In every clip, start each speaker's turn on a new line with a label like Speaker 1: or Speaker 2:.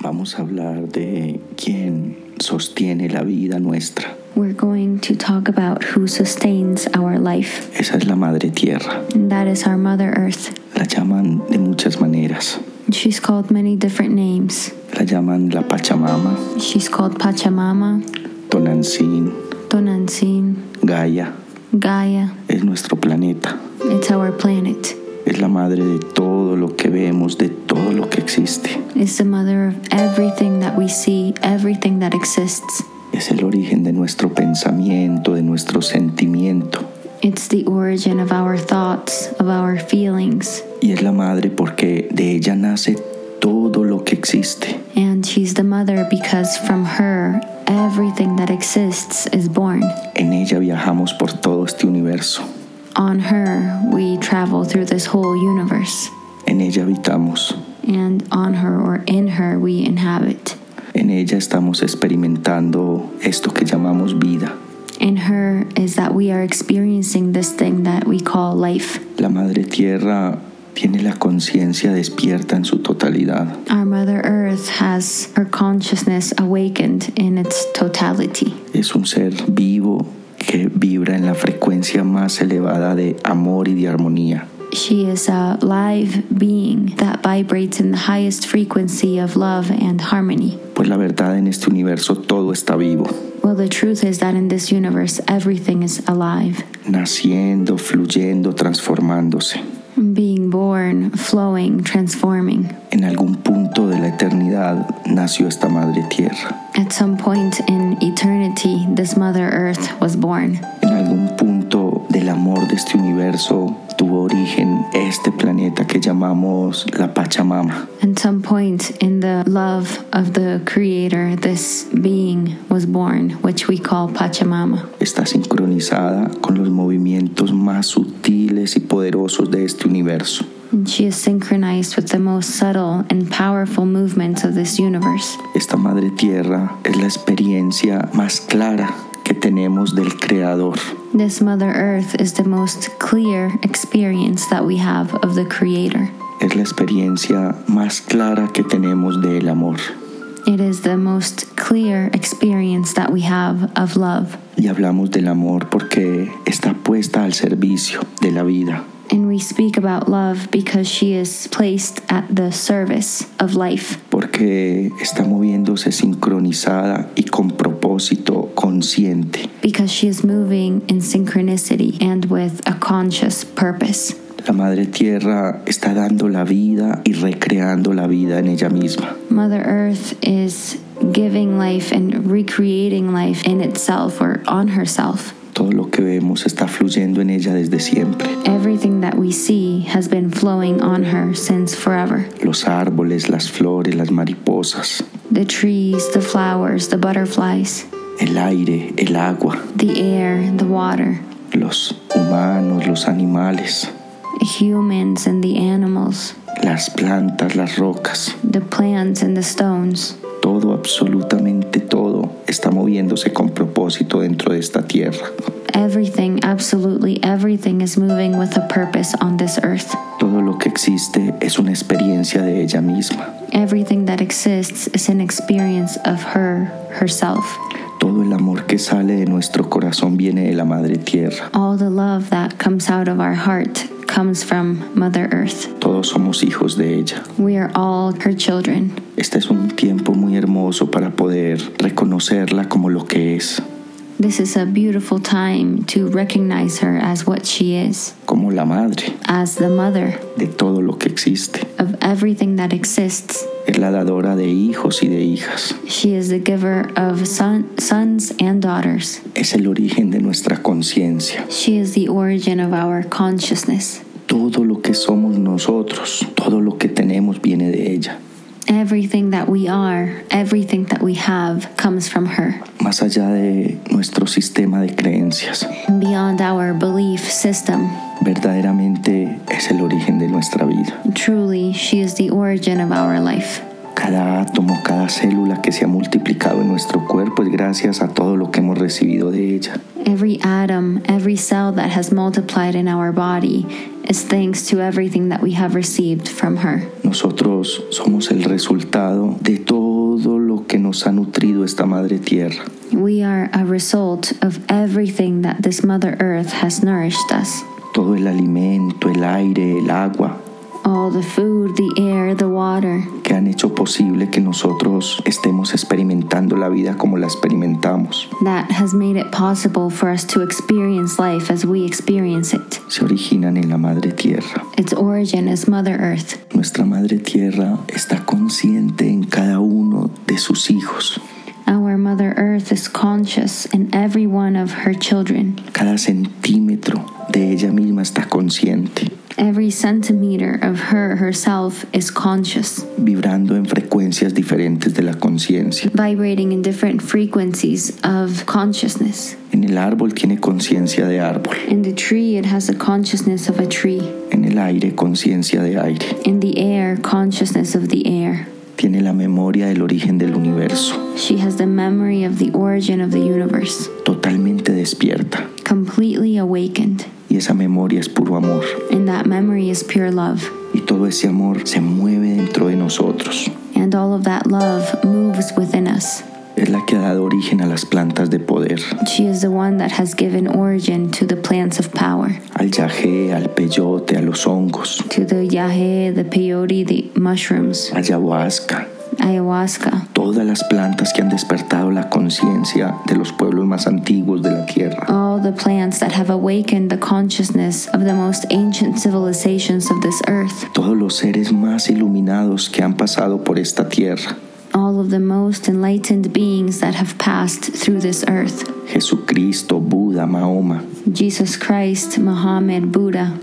Speaker 1: Vamos a hablar de quién sostiene la vida nuestra.
Speaker 2: We're going to talk about who sustains our life.
Speaker 1: Esa es la madre tierra.
Speaker 2: And that is our Mother Earth.
Speaker 1: La llaman de muchas maneras.
Speaker 2: She's called many different names.
Speaker 1: La llaman la Pachamama,
Speaker 2: She's called Pachamama,
Speaker 1: Tonantzin,
Speaker 2: Tonantzin,
Speaker 1: Gaia.
Speaker 2: Gaia.
Speaker 1: Es nuestro planeta.
Speaker 2: It's our planet.
Speaker 1: Es la madre de todo lo que vemos, de todo lo que existe.
Speaker 2: It's the mother of everything that we see, everything that exists.
Speaker 1: Es el origen de nuestro pensamiento, de nuestro sentimiento.
Speaker 2: It's the origin of our thoughts, of our feelings.
Speaker 1: Y es la madre porque de ella nace todo lo que existe.
Speaker 2: And she's the mother because from her, everything that exists is born.
Speaker 1: En ella viajamos por todo este universo.
Speaker 2: On her, we travel through this whole universe.
Speaker 1: En ella habitamos.
Speaker 2: And on her or in her, we inhabit.
Speaker 1: En ella estamos experimentando esto que llamamos vida.
Speaker 2: In her is that we are experiencing this thing that we call life.
Speaker 1: La Madre Tierra tiene la conciencia despierta en su totalidad.
Speaker 2: Our Mother Earth has her consciousness awakened in its totality.
Speaker 1: Es un ser vivo que vibra en la frecuencia más elevada de amor y de armonía.
Speaker 2: She is a live being that vibrates in the highest frequency of love and harmony.
Speaker 1: Pues la verdad en este universo todo está vivo.
Speaker 2: Well, the truth is that in this universe, everything is alive,
Speaker 1: Naciendo, fluyendo, transformándose.
Speaker 2: being born, flowing, transforming.
Speaker 1: En algún punto de la eternidad nació esta Madre Tierra.
Speaker 2: At some point in eternity, this Mother Earth was born.
Speaker 1: En algún punto del amor de este universo tuvo origen este planeta que llamamos la Pachamama.
Speaker 2: At some point in the love of the Creator, this being was born, which we call Pachamama.
Speaker 1: Está sincronizada con los movimientos más sutiles y poderosos de este universo.
Speaker 2: And she is synchronized with the most subtle and powerful movements of this universe.
Speaker 1: Esta Madre Tierra es la experiencia más clara que tenemos del Creador.
Speaker 2: This Mother Earth is the most clear experience that we have of the Creator.
Speaker 1: Es la experiencia más clara que tenemos del amor.
Speaker 2: It is the most clear experience that we have of love.
Speaker 1: Y hablamos del amor porque está puesta al servicio de la vida.
Speaker 2: And we speak about love because she is placed at the service of life.
Speaker 1: porque está moviéndose sincronizada y con propósito consciente.
Speaker 2: because she is moving in synchronicity and with a conscious purpose.
Speaker 1: La Madre Tierra está dando la vida y recreando la vida en ella misma.
Speaker 2: Mother Earth is giving life and recreating life in itself or on herself.
Speaker 1: Todo lo que vemos está fluyendo en ella desde siempre.
Speaker 2: Everything that we see has been flowing on her since forever.
Speaker 1: Los árboles, las flores, las mariposas,
Speaker 2: The trees, the flowers, the butterflies,
Speaker 1: el aire, el agua,
Speaker 2: the air, the water,
Speaker 1: los humanos, los animales,
Speaker 2: humans and the animals,
Speaker 1: las plantas, las rocas.
Speaker 2: the plants and the stones.
Speaker 1: Todo, absolutamente todo, está moviéndose con propósito dentro de esta tierra.
Speaker 2: Everything, absolutely everything, is moving with a purpose on this earth.
Speaker 1: Todo lo que existe es una experiencia de ella misma.
Speaker 2: Everything that exists is an experience of her, herself.
Speaker 1: Todo el amor que sale de nuestro corazón viene de la Madre Tierra.
Speaker 2: All the love that comes out of our heart comes from Mother Earth.
Speaker 1: Todos somos hijos de ella.
Speaker 2: We are all her children.
Speaker 1: Este es un tiempo muy hermoso para poder reconocerla como lo que es,
Speaker 2: This is a beautiful time to recognize her as what she is,
Speaker 1: como la Madre
Speaker 2: as the mother
Speaker 1: de todo lo que existe.
Speaker 2: of everything that exists.
Speaker 1: Es la dadora de hijos y de hijas.
Speaker 2: She is the giver of son, sons and daughters.
Speaker 1: Es el origen de nuestra conciencia.
Speaker 2: She is the origin of our consciousness.
Speaker 1: Todo lo que somos nosotros, todo lo que tenemos viene de ella.
Speaker 2: Everything that we are, everything that we have, comes from her.
Speaker 1: Más allá de nuestro sistema de creencias,
Speaker 2: beyond our belief system.
Speaker 1: verdaderamente es el origen de nuestra vida.
Speaker 2: Truly, she is the origin of our life.
Speaker 1: Cada átomo, cada célula que se ha multiplicado en nuestro cuerpo es gracias a todo lo que hemos recibido de ella.
Speaker 2: Every atom, every cell that has multiplied in our body is thanks to everything that we have received from her.
Speaker 1: Nosotros somos el resultado de todo lo que nos ha nutrido esta madre tierra.
Speaker 2: We are a result of everything that this Mother Earth has nourished us.
Speaker 1: Todo el alimento, el aire, el agua
Speaker 2: All the food, the air, the water
Speaker 1: que han hecho posible que nosotros estemos experimentando la vida como la experimentamos.
Speaker 2: that has made it possible for us to experience life as we experience it.
Speaker 1: Se originan en la madre tierra.
Speaker 2: Its origin is Mother Earth.
Speaker 1: Nuestra madre tierra está consciente en cada uno de sus hijos.
Speaker 2: Our Mother Earth is conscious in every one of her children.
Speaker 1: Cada centímetro de ella misma está consciente,
Speaker 2: Every centimeter of her herself is conscious,
Speaker 1: vibrando en frecuencias diferentes de la conciencia.
Speaker 2: vibrating in different frequencies of consciousness.
Speaker 1: En el árbol tiene conciencia de árbol,
Speaker 2: In the tree, it has a consciousness of a tree.
Speaker 1: en el aire conciencia de aire.
Speaker 2: In the air, consciousness of the air.
Speaker 1: Tiene la memoria del origen del universo,
Speaker 2: She has the memory of the origin of the universe,
Speaker 1: totalmente despierta.
Speaker 2: completely awakened.
Speaker 1: Y esa memoria es puro amor.
Speaker 2: And that memory is pure love.
Speaker 1: Y todo ese amor se mueve dentro de nosotros.
Speaker 2: And all of that love moves within us.
Speaker 1: Es la que ha dado origen a las plantas de poder,
Speaker 2: She is the one that has given origin to the plants of power,
Speaker 1: al yagé, al peyote, a los hongos,
Speaker 2: to the yahe, the peyote, the mushrooms,
Speaker 1: ayahuasca,
Speaker 2: ayahuasca,
Speaker 1: todas las plantas que han despertado la conciencia de los pueblos más antiguos de la tierra.
Speaker 2: all the plants that have awakened the consciousness of the most ancient civilizations of this earth,
Speaker 1: Todos los seres más iluminados que han pasado por esta tierra.
Speaker 2: all of the most enlightened beings that have passed through this earth.
Speaker 1: Jesucristo, Buda, Mahoma,
Speaker 2: Jesus Christ, Muhammad, Buddha,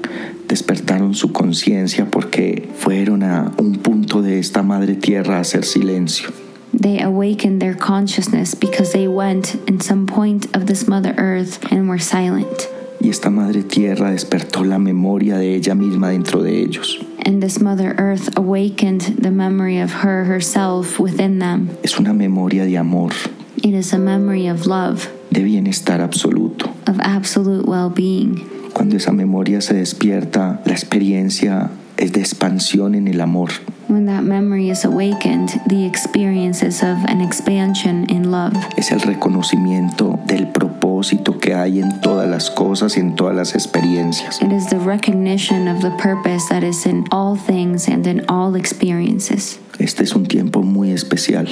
Speaker 1: despertaron su conciencia porque fueron a un punto de esta madre tierra a hacer silencio.
Speaker 2: they awakened their consciousness because they went in some point of this Mother Earth and were silent.
Speaker 1: Y esta madre tierra despertó la memoria de ella misma dentro de ellos.
Speaker 2: And this Mother Earth awakened the memory of her herself within them.
Speaker 1: Es una memoria de amor,
Speaker 2: It is a memory of love,
Speaker 1: de bienestar absoluto.
Speaker 2: of absolute well being.
Speaker 1: Cuando esa memoria se despierta, la experiencia es de expansión en el amor.
Speaker 2: When that memory is awakened, the experiences of an expansion in love.
Speaker 1: Es el reconocimiento del propósito que hay en todas las cosas y en todas las experiencias.
Speaker 2: It is the recognition of the purpose that is in all things and in all experiences.
Speaker 1: Este es un tiempo muy especial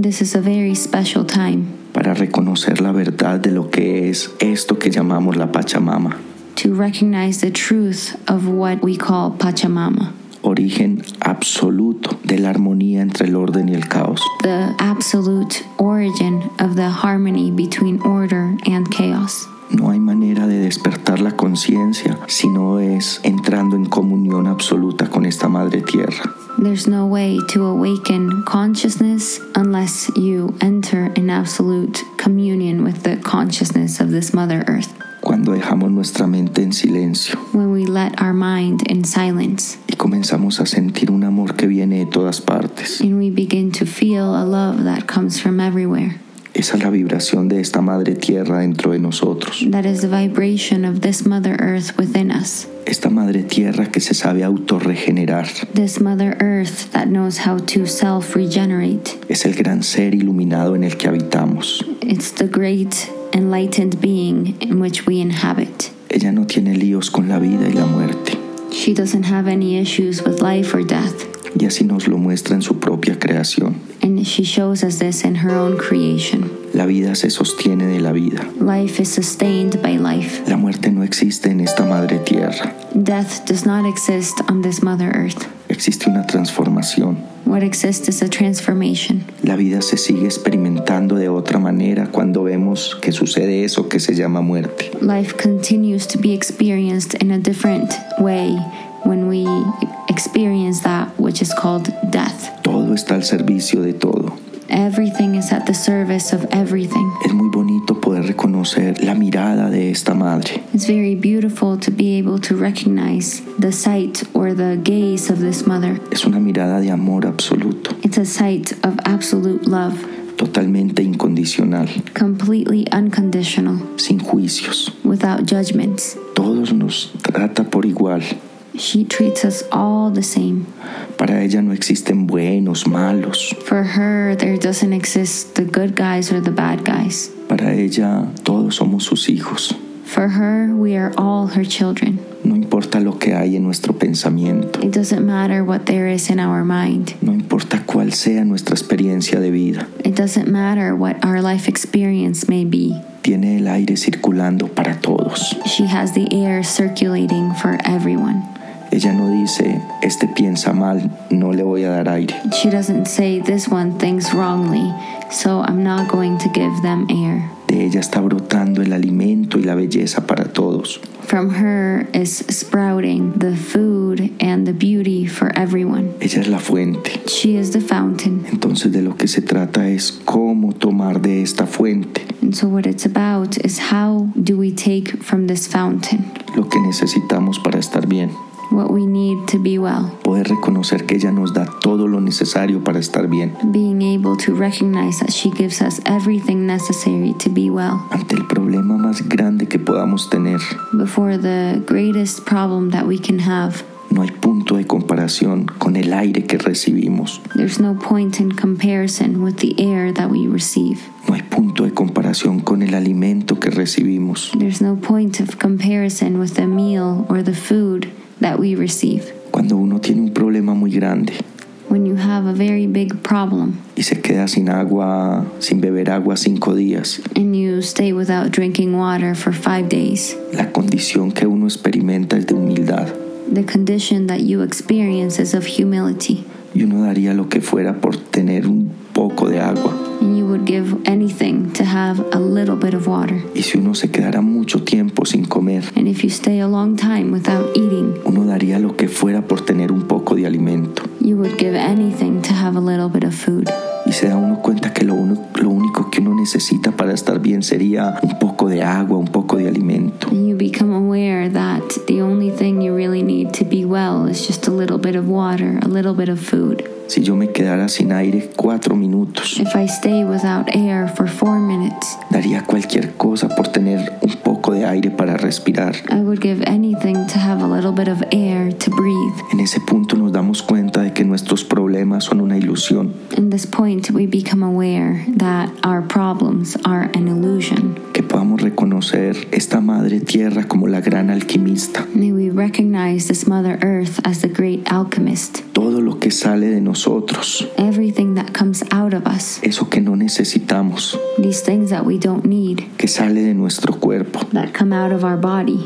Speaker 2: This is a very special time
Speaker 1: para reconocer la verdad de lo que es esto que llamamos la Pachamama.
Speaker 2: to recognize the truth of what we call Pachamama,
Speaker 1: Origen absoluto de la armonía entre el orden y el caos.
Speaker 2: the absolute origin of the harmony between order and chaos.
Speaker 1: No hay manera de despertar la conciencia si no es entrando en comunión absoluta con esta Madre Tierra.
Speaker 2: There's no way to awaken consciousness unless you enter in absolute communion with the consciousness of this Mother Earth.
Speaker 1: Cuando dejamos nuestra mente en silencio
Speaker 2: When we let our mind in silence
Speaker 1: y comenzamos a sentir un amor que viene de todas partes.
Speaker 2: and we begin to feel a love that comes from everywhere.
Speaker 1: Esa es la vibración de esta Madre Tierra dentro de nosotros.
Speaker 2: That is the vibration of this Mother Earth within us.
Speaker 1: Esta Madre Tierra que se sabe autorregenerar.
Speaker 2: This Mother Earth that knows how to self regenerate.
Speaker 1: Es el gran ser iluminado en el que habitamos.
Speaker 2: It's the great enlightened being in which we inhabit.
Speaker 1: Ella no tiene líos con la vida y la muerte.
Speaker 2: She doesn't have any issues with life or death.
Speaker 1: Y así nos lo muestra en su propia creación.
Speaker 2: And she shows us this in her own creation.
Speaker 1: La vida se sostiene de la vida.
Speaker 2: Life is sustained by life.
Speaker 1: La muerte no existe en esta madre tierra.
Speaker 2: Death does not exist on this Mother Earth.
Speaker 1: Existe una transformación.
Speaker 2: What exists is a transformation.
Speaker 1: La vida se sigue experimentando de otra manera cuando vemos que sucede eso que se llama muerte.
Speaker 2: Life continues to be experienced in a different way when we experience that which is called death.
Speaker 1: Todo está al servicio de todo.
Speaker 2: Everything is at the service of everything.
Speaker 1: Es muy bonito poder reconocer la mirada de esta madre.
Speaker 2: It's very beautiful to be able to recognize the sight or the gaze of this mother.
Speaker 1: Es una mirada de amor absoluto,
Speaker 2: It's a sight of absolute love,
Speaker 1: totalmente incondicional,
Speaker 2: completely unconditional,
Speaker 1: sin juicios.
Speaker 2: without judgments.
Speaker 1: Todos nos trata por igual.
Speaker 2: She treats us all the same.
Speaker 1: Para ella no existen buenos, malos.
Speaker 2: For her, there doesn't exist the good guys or the bad guys.
Speaker 1: Para ella todos somos sus hijos.
Speaker 2: For her, we are all her children.
Speaker 1: No importa lo que hay en nuestro pensamiento.
Speaker 2: It doesn't matter what there is in our mind.
Speaker 1: No importa cuál sea nuestra experiencia de vida.
Speaker 2: It doesn't matter what our life experience may be.
Speaker 1: Tiene el aire circulando para todos.
Speaker 2: She has the air circulating for everyone.
Speaker 1: Ella no dice, este piensa mal, no le voy a dar aire.
Speaker 2: She doesn't say this one thinks wrongly, so I'm not going to give them air.
Speaker 1: De ella está brotando el alimento y la belleza para todos.
Speaker 2: From her is sprouting the food and the beauty for everyone.
Speaker 1: Ella es la fuente.
Speaker 2: She is the fountain.
Speaker 1: Entonces de lo que se trata es cómo tomar de esta fuente
Speaker 2: And so, what it's about is how do we take from this fountain
Speaker 1: lo que necesitamos para estar bien.
Speaker 2: what we need to be well?
Speaker 1: Poder reconocer que ella nos da todo lo necesario para estar bien.
Speaker 2: Being able to recognize that she gives us everything necessary to be well
Speaker 1: Ante el problema más grande que podamos tener,
Speaker 2: before the greatest problem that we can have.
Speaker 1: no hay punto de comparación con el aire que recibimos.
Speaker 2: There's no point in comparison with the air that we receive.
Speaker 1: No hay punto de comparación con el alimento que recibimos.
Speaker 2: There's no point of comparison with the meal or the food that we receive.
Speaker 1: Cuando uno tiene un problema muy grande
Speaker 2: When you have a very big problem
Speaker 1: y se queda sin agua, sin beber agua cinco días,
Speaker 2: and you stay without drinking water for five days,
Speaker 1: la condición que uno experimenta es de humildad.
Speaker 2: the condition that you experience is of humility,
Speaker 1: y uno daría lo que fuera por tener un poco de agua.
Speaker 2: and you would give anything to have a little bit of water.
Speaker 1: Y si uno se quedara mucho tiempo sin comer,
Speaker 2: And if you stay a long time without eating,
Speaker 1: uno daría lo que fuera por tener un poco de alimento.
Speaker 2: you would give anything to have a little bit of food.
Speaker 1: Y se da uno cuenta que lo, uno- lo único que uno necesita para estar bien sería un poco de agua, un poco de alimento.
Speaker 2: And you become aware that the only thing you really need to be well is just a little bit of water, a little bit of food.
Speaker 1: Si yo me quedara sin aire cuatro minutos,
Speaker 2: If I stay without air for four minutes,
Speaker 1: daría cualquier cosa por tener un poco de aire para respirar.
Speaker 2: I would give anything to have a little bit of air to breathe.
Speaker 1: En ese punto nos damos cuenta de que nuestros problemas son una ilusión,
Speaker 2: In this point, we become aware that our problems are an illusion.
Speaker 1: que podamos reconocer esta madre tierra como la gran alquimista.
Speaker 2: May we recognize this Mother Earth as the great alchemist.
Speaker 1: Todo lo que sale de nosotros,
Speaker 2: Everything that comes out of us,
Speaker 1: eso que no necesitamos,
Speaker 2: these things that we don't need,
Speaker 1: que sale de nuestro cuerpo,
Speaker 2: that come out of our body,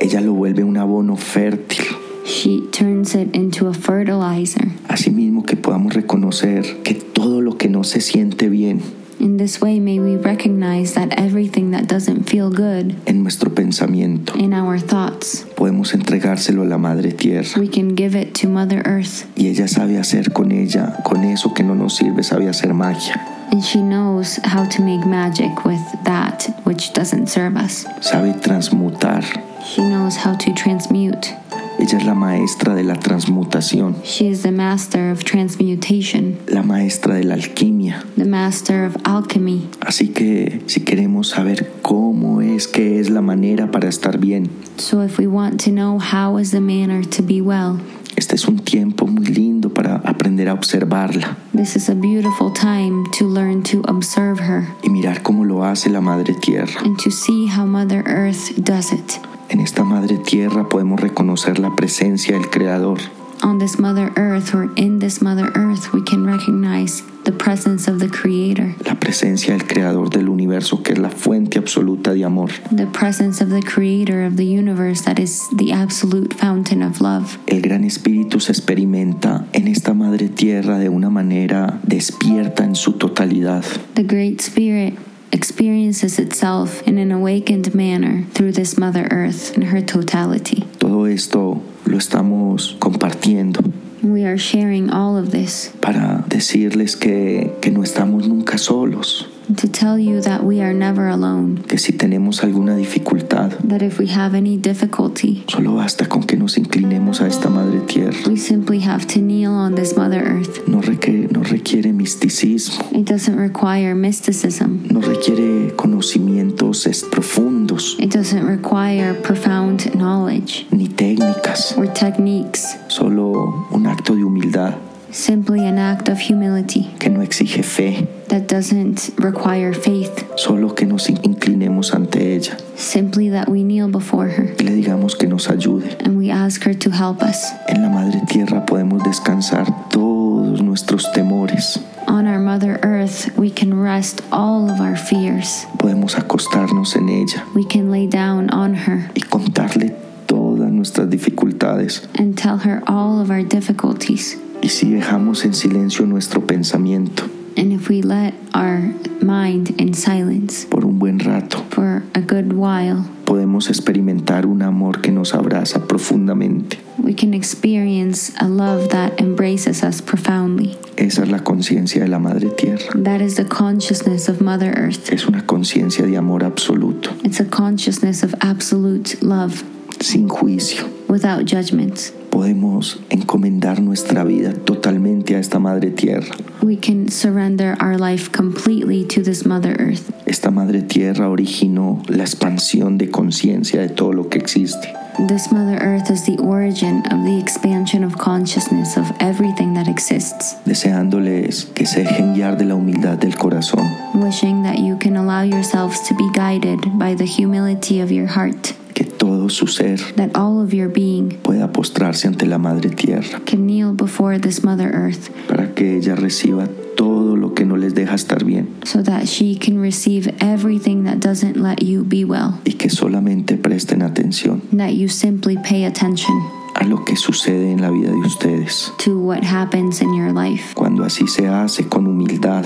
Speaker 1: ella lo vuelve un abono fértil.
Speaker 2: She turns it into a fertilizer.
Speaker 1: Asimismo que podamos reconocer que todo lo que no se siente bien
Speaker 2: In this way, may we recognize that everything that doesn't feel good
Speaker 1: en nuestro pensamiento,
Speaker 2: in our thoughts,
Speaker 1: podemos entregárselo a la madre tierra.
Speaker 2: we can give it to Mother Earth.
Speaker 1: Y ella sabe hacer con ella, con eso que no nos sirve, sabe hacer magia,
Speaker 2: And she knows how to make magic with that which doesn't serve us.
Speaker 1: sabe transmutar.
Speaker 2: She knows how to transmute.
Speaker 1: Ella es la maestra de la transmutación,
Speaker 2: She is the master of transmutation,
Speaker 1: la maestra de la alquimia.
Speaker 2: the master of alchemy.
Speaker 1: Así que si queremos saber cómo es que es la manera para estar bien,
Speaker 2: So, if we want to know how is the manner to be well,
Speaker 1: este es un tiempo muy lindo para aprender a observarla
Speaker 2: this is a beautiful time to learn to observe her.
Speaker 1: y mirar cómo lo hace la Madre Tierra.
Speaker 2: and to see how Mother Earth does it.
Speaker 1: En esta Madre Tierra podemos reconocer la presencia del Creador,
Speaker 2: On this Mother Earth or in this Mother Earth, we can recognize the presence of the Creator,
Speaker 1: la presencia del Creador del universo que es la fuente absoluta de amor.
Speaker 2: the presence of the Creator of the universe that is the absolute fountain of love.
Speaker 1: El Gran Espíritu se experimenta en esta Madre Tierra de una manera despierta en su totalidad.
Speaker 2: The Great Spirit experiences itself in an awakened manner through this Mother Earth in her totality.
Speaker 1: Todo esto lo estamos compartiendo
Speaker 2: We are sharing all of this
Speaker 1: para decirles que, que no estamos nunca solos,
Speaker 2: to tell you that we are never alone,
Speaker 1: que si tenemos alguna dificultad,
Speaker 2: that if we have any difficulty,
Speaker 1: solo basta con que nos inclinemos a esta madre tierra.
Speaker 2: we simply have to kneel on this Mother Earth.
Speaker 1: No, reque- no requiere misticismo,
Speaker 2: It doesn't require mysticism,
Speaker 1: no requiere conocimientos es- profundos
Speaker 2: it doesn't require profound knowledge
Speaker 1: ni técnicas,
Speaker 2: or techniques,
Speaker 1: solo un acto de humildad
Speaker 2: simply an act of humility
Speaker 1: que no exige fe,
Speaker 2: that doesn't require faith,
Speaker 1: solo que nos in- inclinemos ante ella
Speaker 2: simply that we kneel before her
Speaker 1: y le digamos que nos ayude.
Speaker 2: and we ask her to help us.
Speaker 1: En la madre tierra podemos descansar todos nuestros temores,
Speaker 2: On our Mother Earth, we can rest all of our fears.
Speaker 1: podemos acostarnos en ella
Speaker 2: We can lay down on her
Speaker 1: y contarle todas nuestras dificultades.
Speaker 2: and tell her all of our difficulties.
Speaker 1: Y si dejamos en silencio nuestro pensamiento
Speaker 2: And if we let our mind in silence
Speaker 1: por un buen rato,
Speaker 2: for a good while,
Speaker 1: podemos experimentar un amor que nos abraza profundamente.
Speaker 2: we can experience a love that embraces us profoundly.
Speaker 1: Esa es la conciencia de la madre tierra.
Speaker 2: That is the consciousness of Mother Earth.
Speaker 1: Es una conciencia de amor absoluto,
Speaker 2: It's a consciousness of absolute love
Speaker 1: sin juicio.
Speaker 2: without judgment.
Speaker 1: Podemos encomendar nuestra vida totalmente a esta madre tierra.
Speaker 2: We can surrender our life completely to this Mother Earth.
Speaker 1: Esta madre tierra originó la expansión de conciencia de todo lo que existe.
Speaker 2: This Mother Earth is the origin of the expansion of consciousness of everything that exists.
Speaker 1: deseándoles que se dejen guiar de la humildad del corazón,
Speaker 2: Wishing that you can allow yourselves to be guided by the humility of your heart,
Speaker 1: que todo su ser
Speaker 2: that all of your being
Speaker 1: pueda postrarse ante la Madre Tierra,
Speaker 2: can kneel before this Mother Earth
Speaker 1: para que ella reciba todo lo que no les deja estar bien
Speaker 2: so that she can receive everything that doesn't let you be well,
Speaker 1: y que solamente presten atención
Speaker 2: and that you simply pay attention
Speaker 1: a lo que sucede en la vida de ustedes.
Speaker 2: to what happens in your life.
Speaker 1: Cuando así se hace con humildad,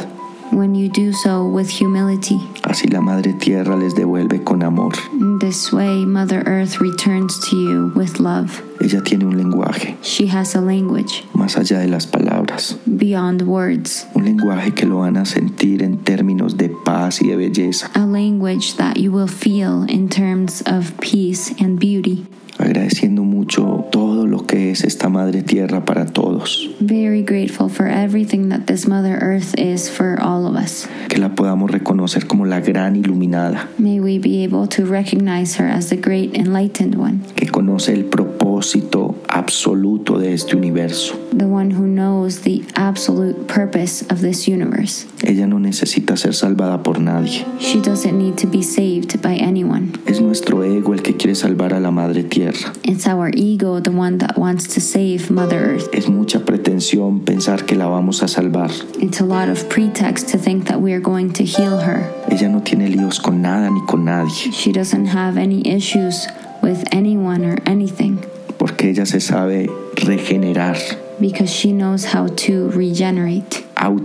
Speaker 2: When you do so with humility,
Speaker 1: así la Madre Tierra les devuelve con amor.
Speaker 2: in this way, Mother Earth returns to you with love.
Speaker 1: Ella tiene un lenguaje
Speaker 2: She has a language
Speaker 1: más allá de las palabras,
Speaker 2: beyond words,
Speaker 1: un lenguaje que lo van a sentir en términos de paz y de belleza.
Speaker 2: a language that you will feel in terms of peace and beauty.
Speaker 1: agradeciendo mucho todo lo que es esta Madre Tierra para todos,
Speaker 2: Very grateful for everything that this Mother Earth is for all of us.
Speaker 1: que la podamos reconocer como la gran iluminada,
Speaker 2: May we be able to recognize her as the great enlightened one,
Speaker 1: que conoce el propósito absoluto de este universo.
Speaker 2: the one who knows the absolute purpose of this universe.
Speaker 1: Ella no necesita ser salvada por nadie.
Speaker 2: She doesn't need to be saved by anyone.
Speaker 1: Es nuestro ego el que quiere salvar a la Madre Tierra.
Speaker 2: It's our ego, the one that wants to save Mother Earth.
Speaker 1: Es mucha pretensión pensar que la vamos a salvar.
Speaker 2: It's a lot of pretext to think that we are going to heal her.
Speaker 1: Ella no tiene líos con nada ni con nadie,
Speaker 2: She doesn't have any issues with anyone or anything
Speaker 1: porque ella se sabe regenerar,
Speaker 2: because she knows how to regenerate,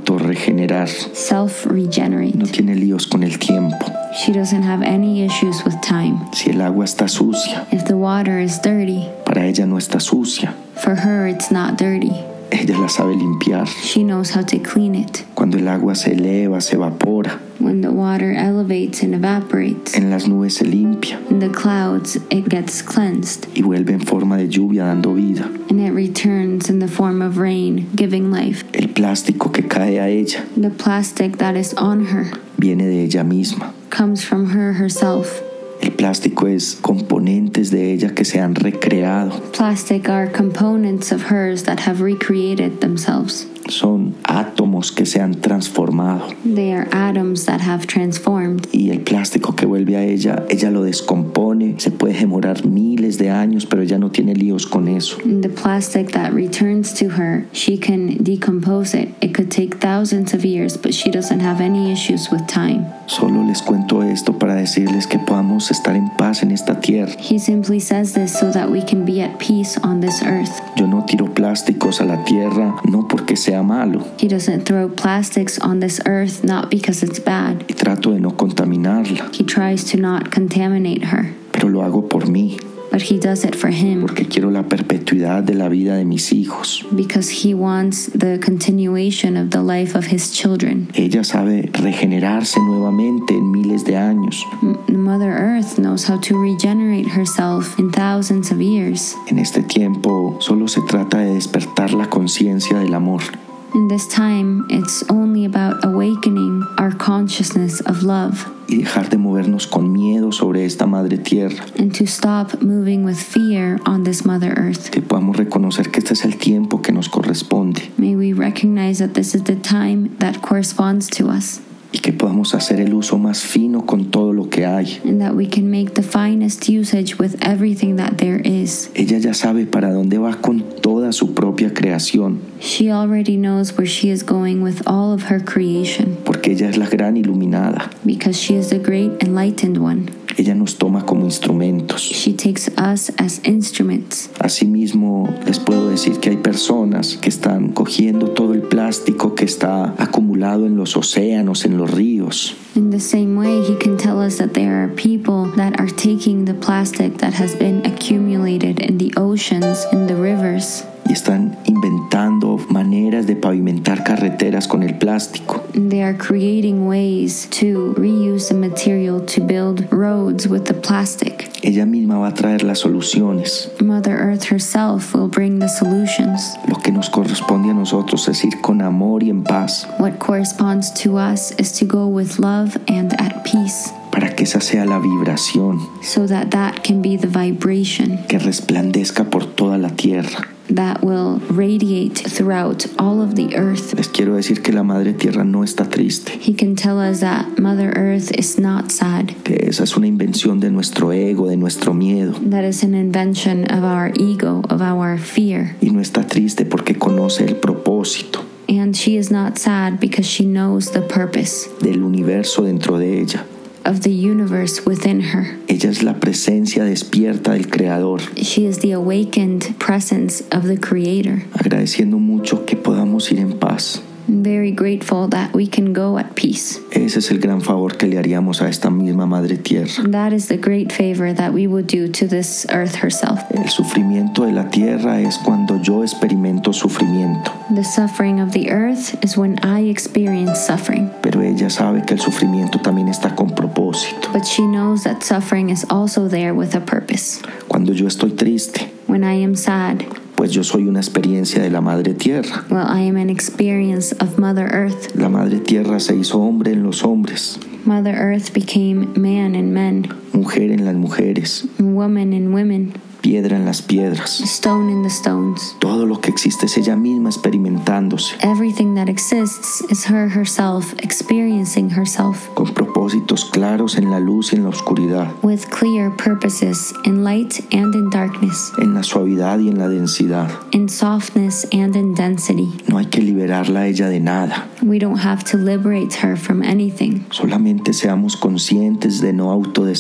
Speaker 1: autorregenerar.
Speaker 2: self
Speaker 1: No
Speaker 2: regenerate.
Speaker 1: tiene líos con el tiempo.
Speaker 2: She doesn't have any issues with time.
Speaker 1: Si el agua está sucia,
Speaker 2: If the water is dirty,
Speaker 1: Para ella no está sucia,
Speaker 2: for her it's not dirty.
Speaker 1: ella la sabe limpiar.
Speaker 2: She knows how to clean it.
Speaker 1: Cuando el agua se eleva, se evapora,
Speaker 2: When the water elevates and evaporates
Speaker 1: en las nubes se limpia
Speaker 2: in the clouds, it gets cleansed
Speaker 1: y vuelve en forma de lluvia dando vida.
Speaker 2: and it returns in the form of rain, giving life.
Speaker 1: El plástico que cae a ella
Speaker 2: The plastic that is on her
Speaker 1: viene de ella misma.
Speaker 2: comes from her herself.
Speaker 1: El plástico es componentes de ella que se han recreado.
Speaker 2: Plastic are components of hers that have recreated themselves.
Speaker 1: Son átomos que se han transformado.
Speaker 2: They are atoms that have transformed.
Speaker 1: Y el plástico que vuelve a ella, ella lo descompone. Se puede demorar miles de años, pero ella no tiene líos con eso.
Speaker 2: And the plastic that returns to her, she can decompose it. It could take thousands of years, but she doesn't have any issues with time.
Speaker 1: Solo les cuento esto para decirles que podamos estar en paz en esta tierra.
Speaker 2: He simply says this so that we can be at peace on this earth.
Speaker 1: Yo no tiro plásticos a la tierra, no porque sea malo,
Speaker 2: He doesn't throw plastics on this earth not because it's bad.
Speaker 1: y trato de no contaminarla,
Speaker 2: He tries to not contaminate her,
Speaker 1: pero lo hago por mí,
Speaker 2: but He does it for Him
Speaker 1: porque quiero la perpetuidad de la vida de mis hijos.
Speaker 2: because He wants the continuation of the life of His children.
Speaker 1: Ella sabe regenerarse nuevamente en miles de años.
Speaker 2: Mother Earth knows how to regenerate herself in thousands of years.
Speaker 1: En este tiempo solo se trata de despertar la conciencia del amor.
Speaker 2: In this time, it's only about awakening our consciousness of love
Speaker 1: y dejar de movernos con miedo sobre esta madre tierra,
Speaker 2: and to stop moving with fear on this Mother Earth.
Speaker 1: que podamos reconocer que este es el tiempo que nos corresponde
Speaker 2: May we recognize that this is the time that corresponds to us
Speaker 1: y que podamos hacer el uso más fino con todo lo que hay.
Speaker 2: and that we can make the finest usage with everything that there is.
Speaker 1: Ella ya sabe para dónde va con toda su propia creación,
Speaker 2: She already knows where she is going with all of her creation
Speaker 1: porque ella es la gran iluminada.
Speaker 2: because she is the great enlightened one.
Speaker 1: Ella nos toma como instrumentos.
Speaker 2: She takes us as instruments.
Speaker 1: Asimismo, les puedo decir que hay personas que están cogiendo todo el plástico que está acumulado en los océanos, en los ríos,
Speaker 2: In the same way, he can tell us that there are people that are taking the plastic that has been accumulated in the oceans, in the rivers,
Speaker 1: y están inventando maneras de pavimentar carreteras con el plástico.
Speaker 2: and they are creating ways to reuse the material to build roads with the plastic.
Speaker 1: Ella misma va a traer las soluciones.
Speaker 2: Mother Earth herself will bring the solutions.
Speaker 1: Lo que nos corresponde a nosotros es ir con amor y en paz
Speaker 2: What corresponds to us is to go with love and at peace,
Speaker 1: para que esa sea la vibración
Speaker 2: so that that can be the vibration
Speaker 1: que resplandezca por toda la tierra.
Speaker 2: that will radiate throughout all of the earth.
Speaker 1: Les quiero decir que la Madre Tierra no está triste,
Speaker 2: He can tell us that Mother Earth is not sad.
Speaker 1: que esa es una invención de nuestro ego, de nuestro miedo.
Speaker 2: That is an invention of our ego, of our fear.
Speaker 1: Y no está triste porque conoce el propósito
Speaker 2: And she is not sad because she knows the purpose
Speaker 1: del universo dentro de ella.
Speaker 2: of the universe within her.
Speaker 1: Ella es la presencia despierta del Creador.
Speaker 2: She is the awakened presence of the Creator.
Speaker 1: agradeciendo mucho que podamos ir en paz.
Speaker 2: I'm very grateful that we can go at peace.
Speaker 1: Ese es el gran favor que le haríamos a esta misma Madre Tierra.
Speaker 2: And that is the great favor that we will do to this earth herself.
Speaker 1: El sufrimiento de la Tierra es cuando yo experimento sufrimiento,
Speaker 2: The suffering of the earth is when I experience suffering.
Speaker 1: pero ella sabe que el sufrimiento también está con propósito.
Speaker 2: But she knows that suffering is also there with a purpose.
Speaker 1: Cuando yo estoy triste,
Speaker 2: When I am sad,
Speaker 1: pues yo soy una experiencia de la Madre Tierra.
Speaker 2: well, I am an experience of Mother Earth.
Speaker 1: La Madre Tierra se hizo hombre en los hombres,
Speaker 2: Mother Earth became man in men,
Speaker 1: mujer en las mujeres,
Speaker 2: woman in women,
Speaker 1: piedra en las piedras.
Speaker 2: stone in the stones.
Speaker 1: Todo lo que existe es ella misma experimentándose,
Speaker 2: Everything that exists is her herself experiencing herself
Speaker 1: con propósitos claros en la luz y en la oscuridad.
Speaker 2: with clear purposes in light and in darkness,
Speaker 1: en la suavidad y en la densidad.
Speaker 2: in softness and in density.
Speaker 1: No hay que liberarla a ella de nada.
Speaker 2: We don't have to liberate her from anything.
Speaker 1: Solamente seamos conscientes de no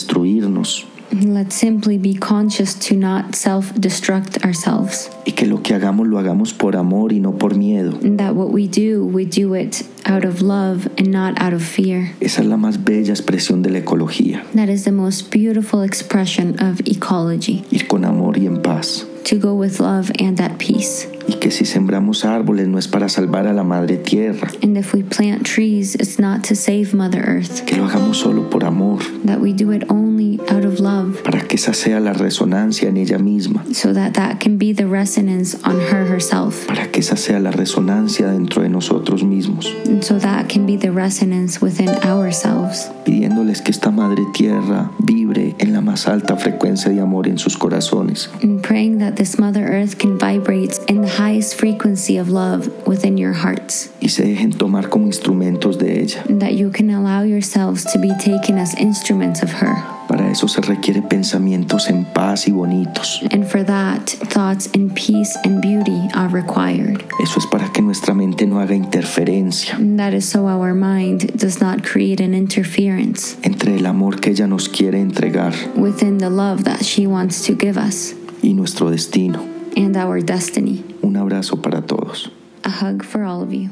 Speaker 1: autodestruirnos
Speaker 2: Let's simply be conscious to not self destruct ourselves.
Speaker 1: y que lo que hagamos lo hagamos por amor y no por miedo.
Speaker 2: and that what we do, we do it out of love and not out of fear.
Speaker 1: Esa es la más bella expresión de la ecología.
Speaker 2: That is the most beautiful expression of ecology
Speaker 1: Ir con amor y en paz.
Speaker 2: to go with love and at peace.
Speaker 1: Y que si sembramos árboles no es para salvar a la madre tierra.
Speaker 2: And if we plant trees, it's not to save Mother Earth,
Speaker 1: Que lo hagamos solo por amor.
Speaker 2: that we do it only out of love
Speaker 1: Para que esa sea la resonancia en ella misma.
Speaker 2: so that that can be the resonance on her herself,
Speaker 1: Para que esa sea la resonancia dentro de nosotros mismos.
Speaker 2: and so that can be the resonance within ourselves.
Speaker 1: pidiéndoles que esta Madre Tierra vibre en la más alta frecuencia de amor en sus corazones,
Speaker 2: And praying that this Mother Earth can vibrate in the highest frequency of love within your hearts.
Speaker 1: y se dejen tomar como instrumentos de ella.
Speaker 2: and that you can allow yourselves to be taken as instruments of her.
Speaker 1: Para eso se requiere pensamientos en paz y bonitos.
Speaker 2: And for that, thoughts in peace and beauty are required.
Speaker 1: Eso es para que nuestra mente no haga interferencia
Speaker 2: And that is so our mind does not create an interference
Speaker 1: entre el amor que ella nos quiere entregar
Speaker 2: within the love that she wants to give us
Speaker 1: y nuestro destino.
Speaker 2: and our destiny.
Speaker 1: Un abrazo para todos.
Speaker 2: A hug for all of you.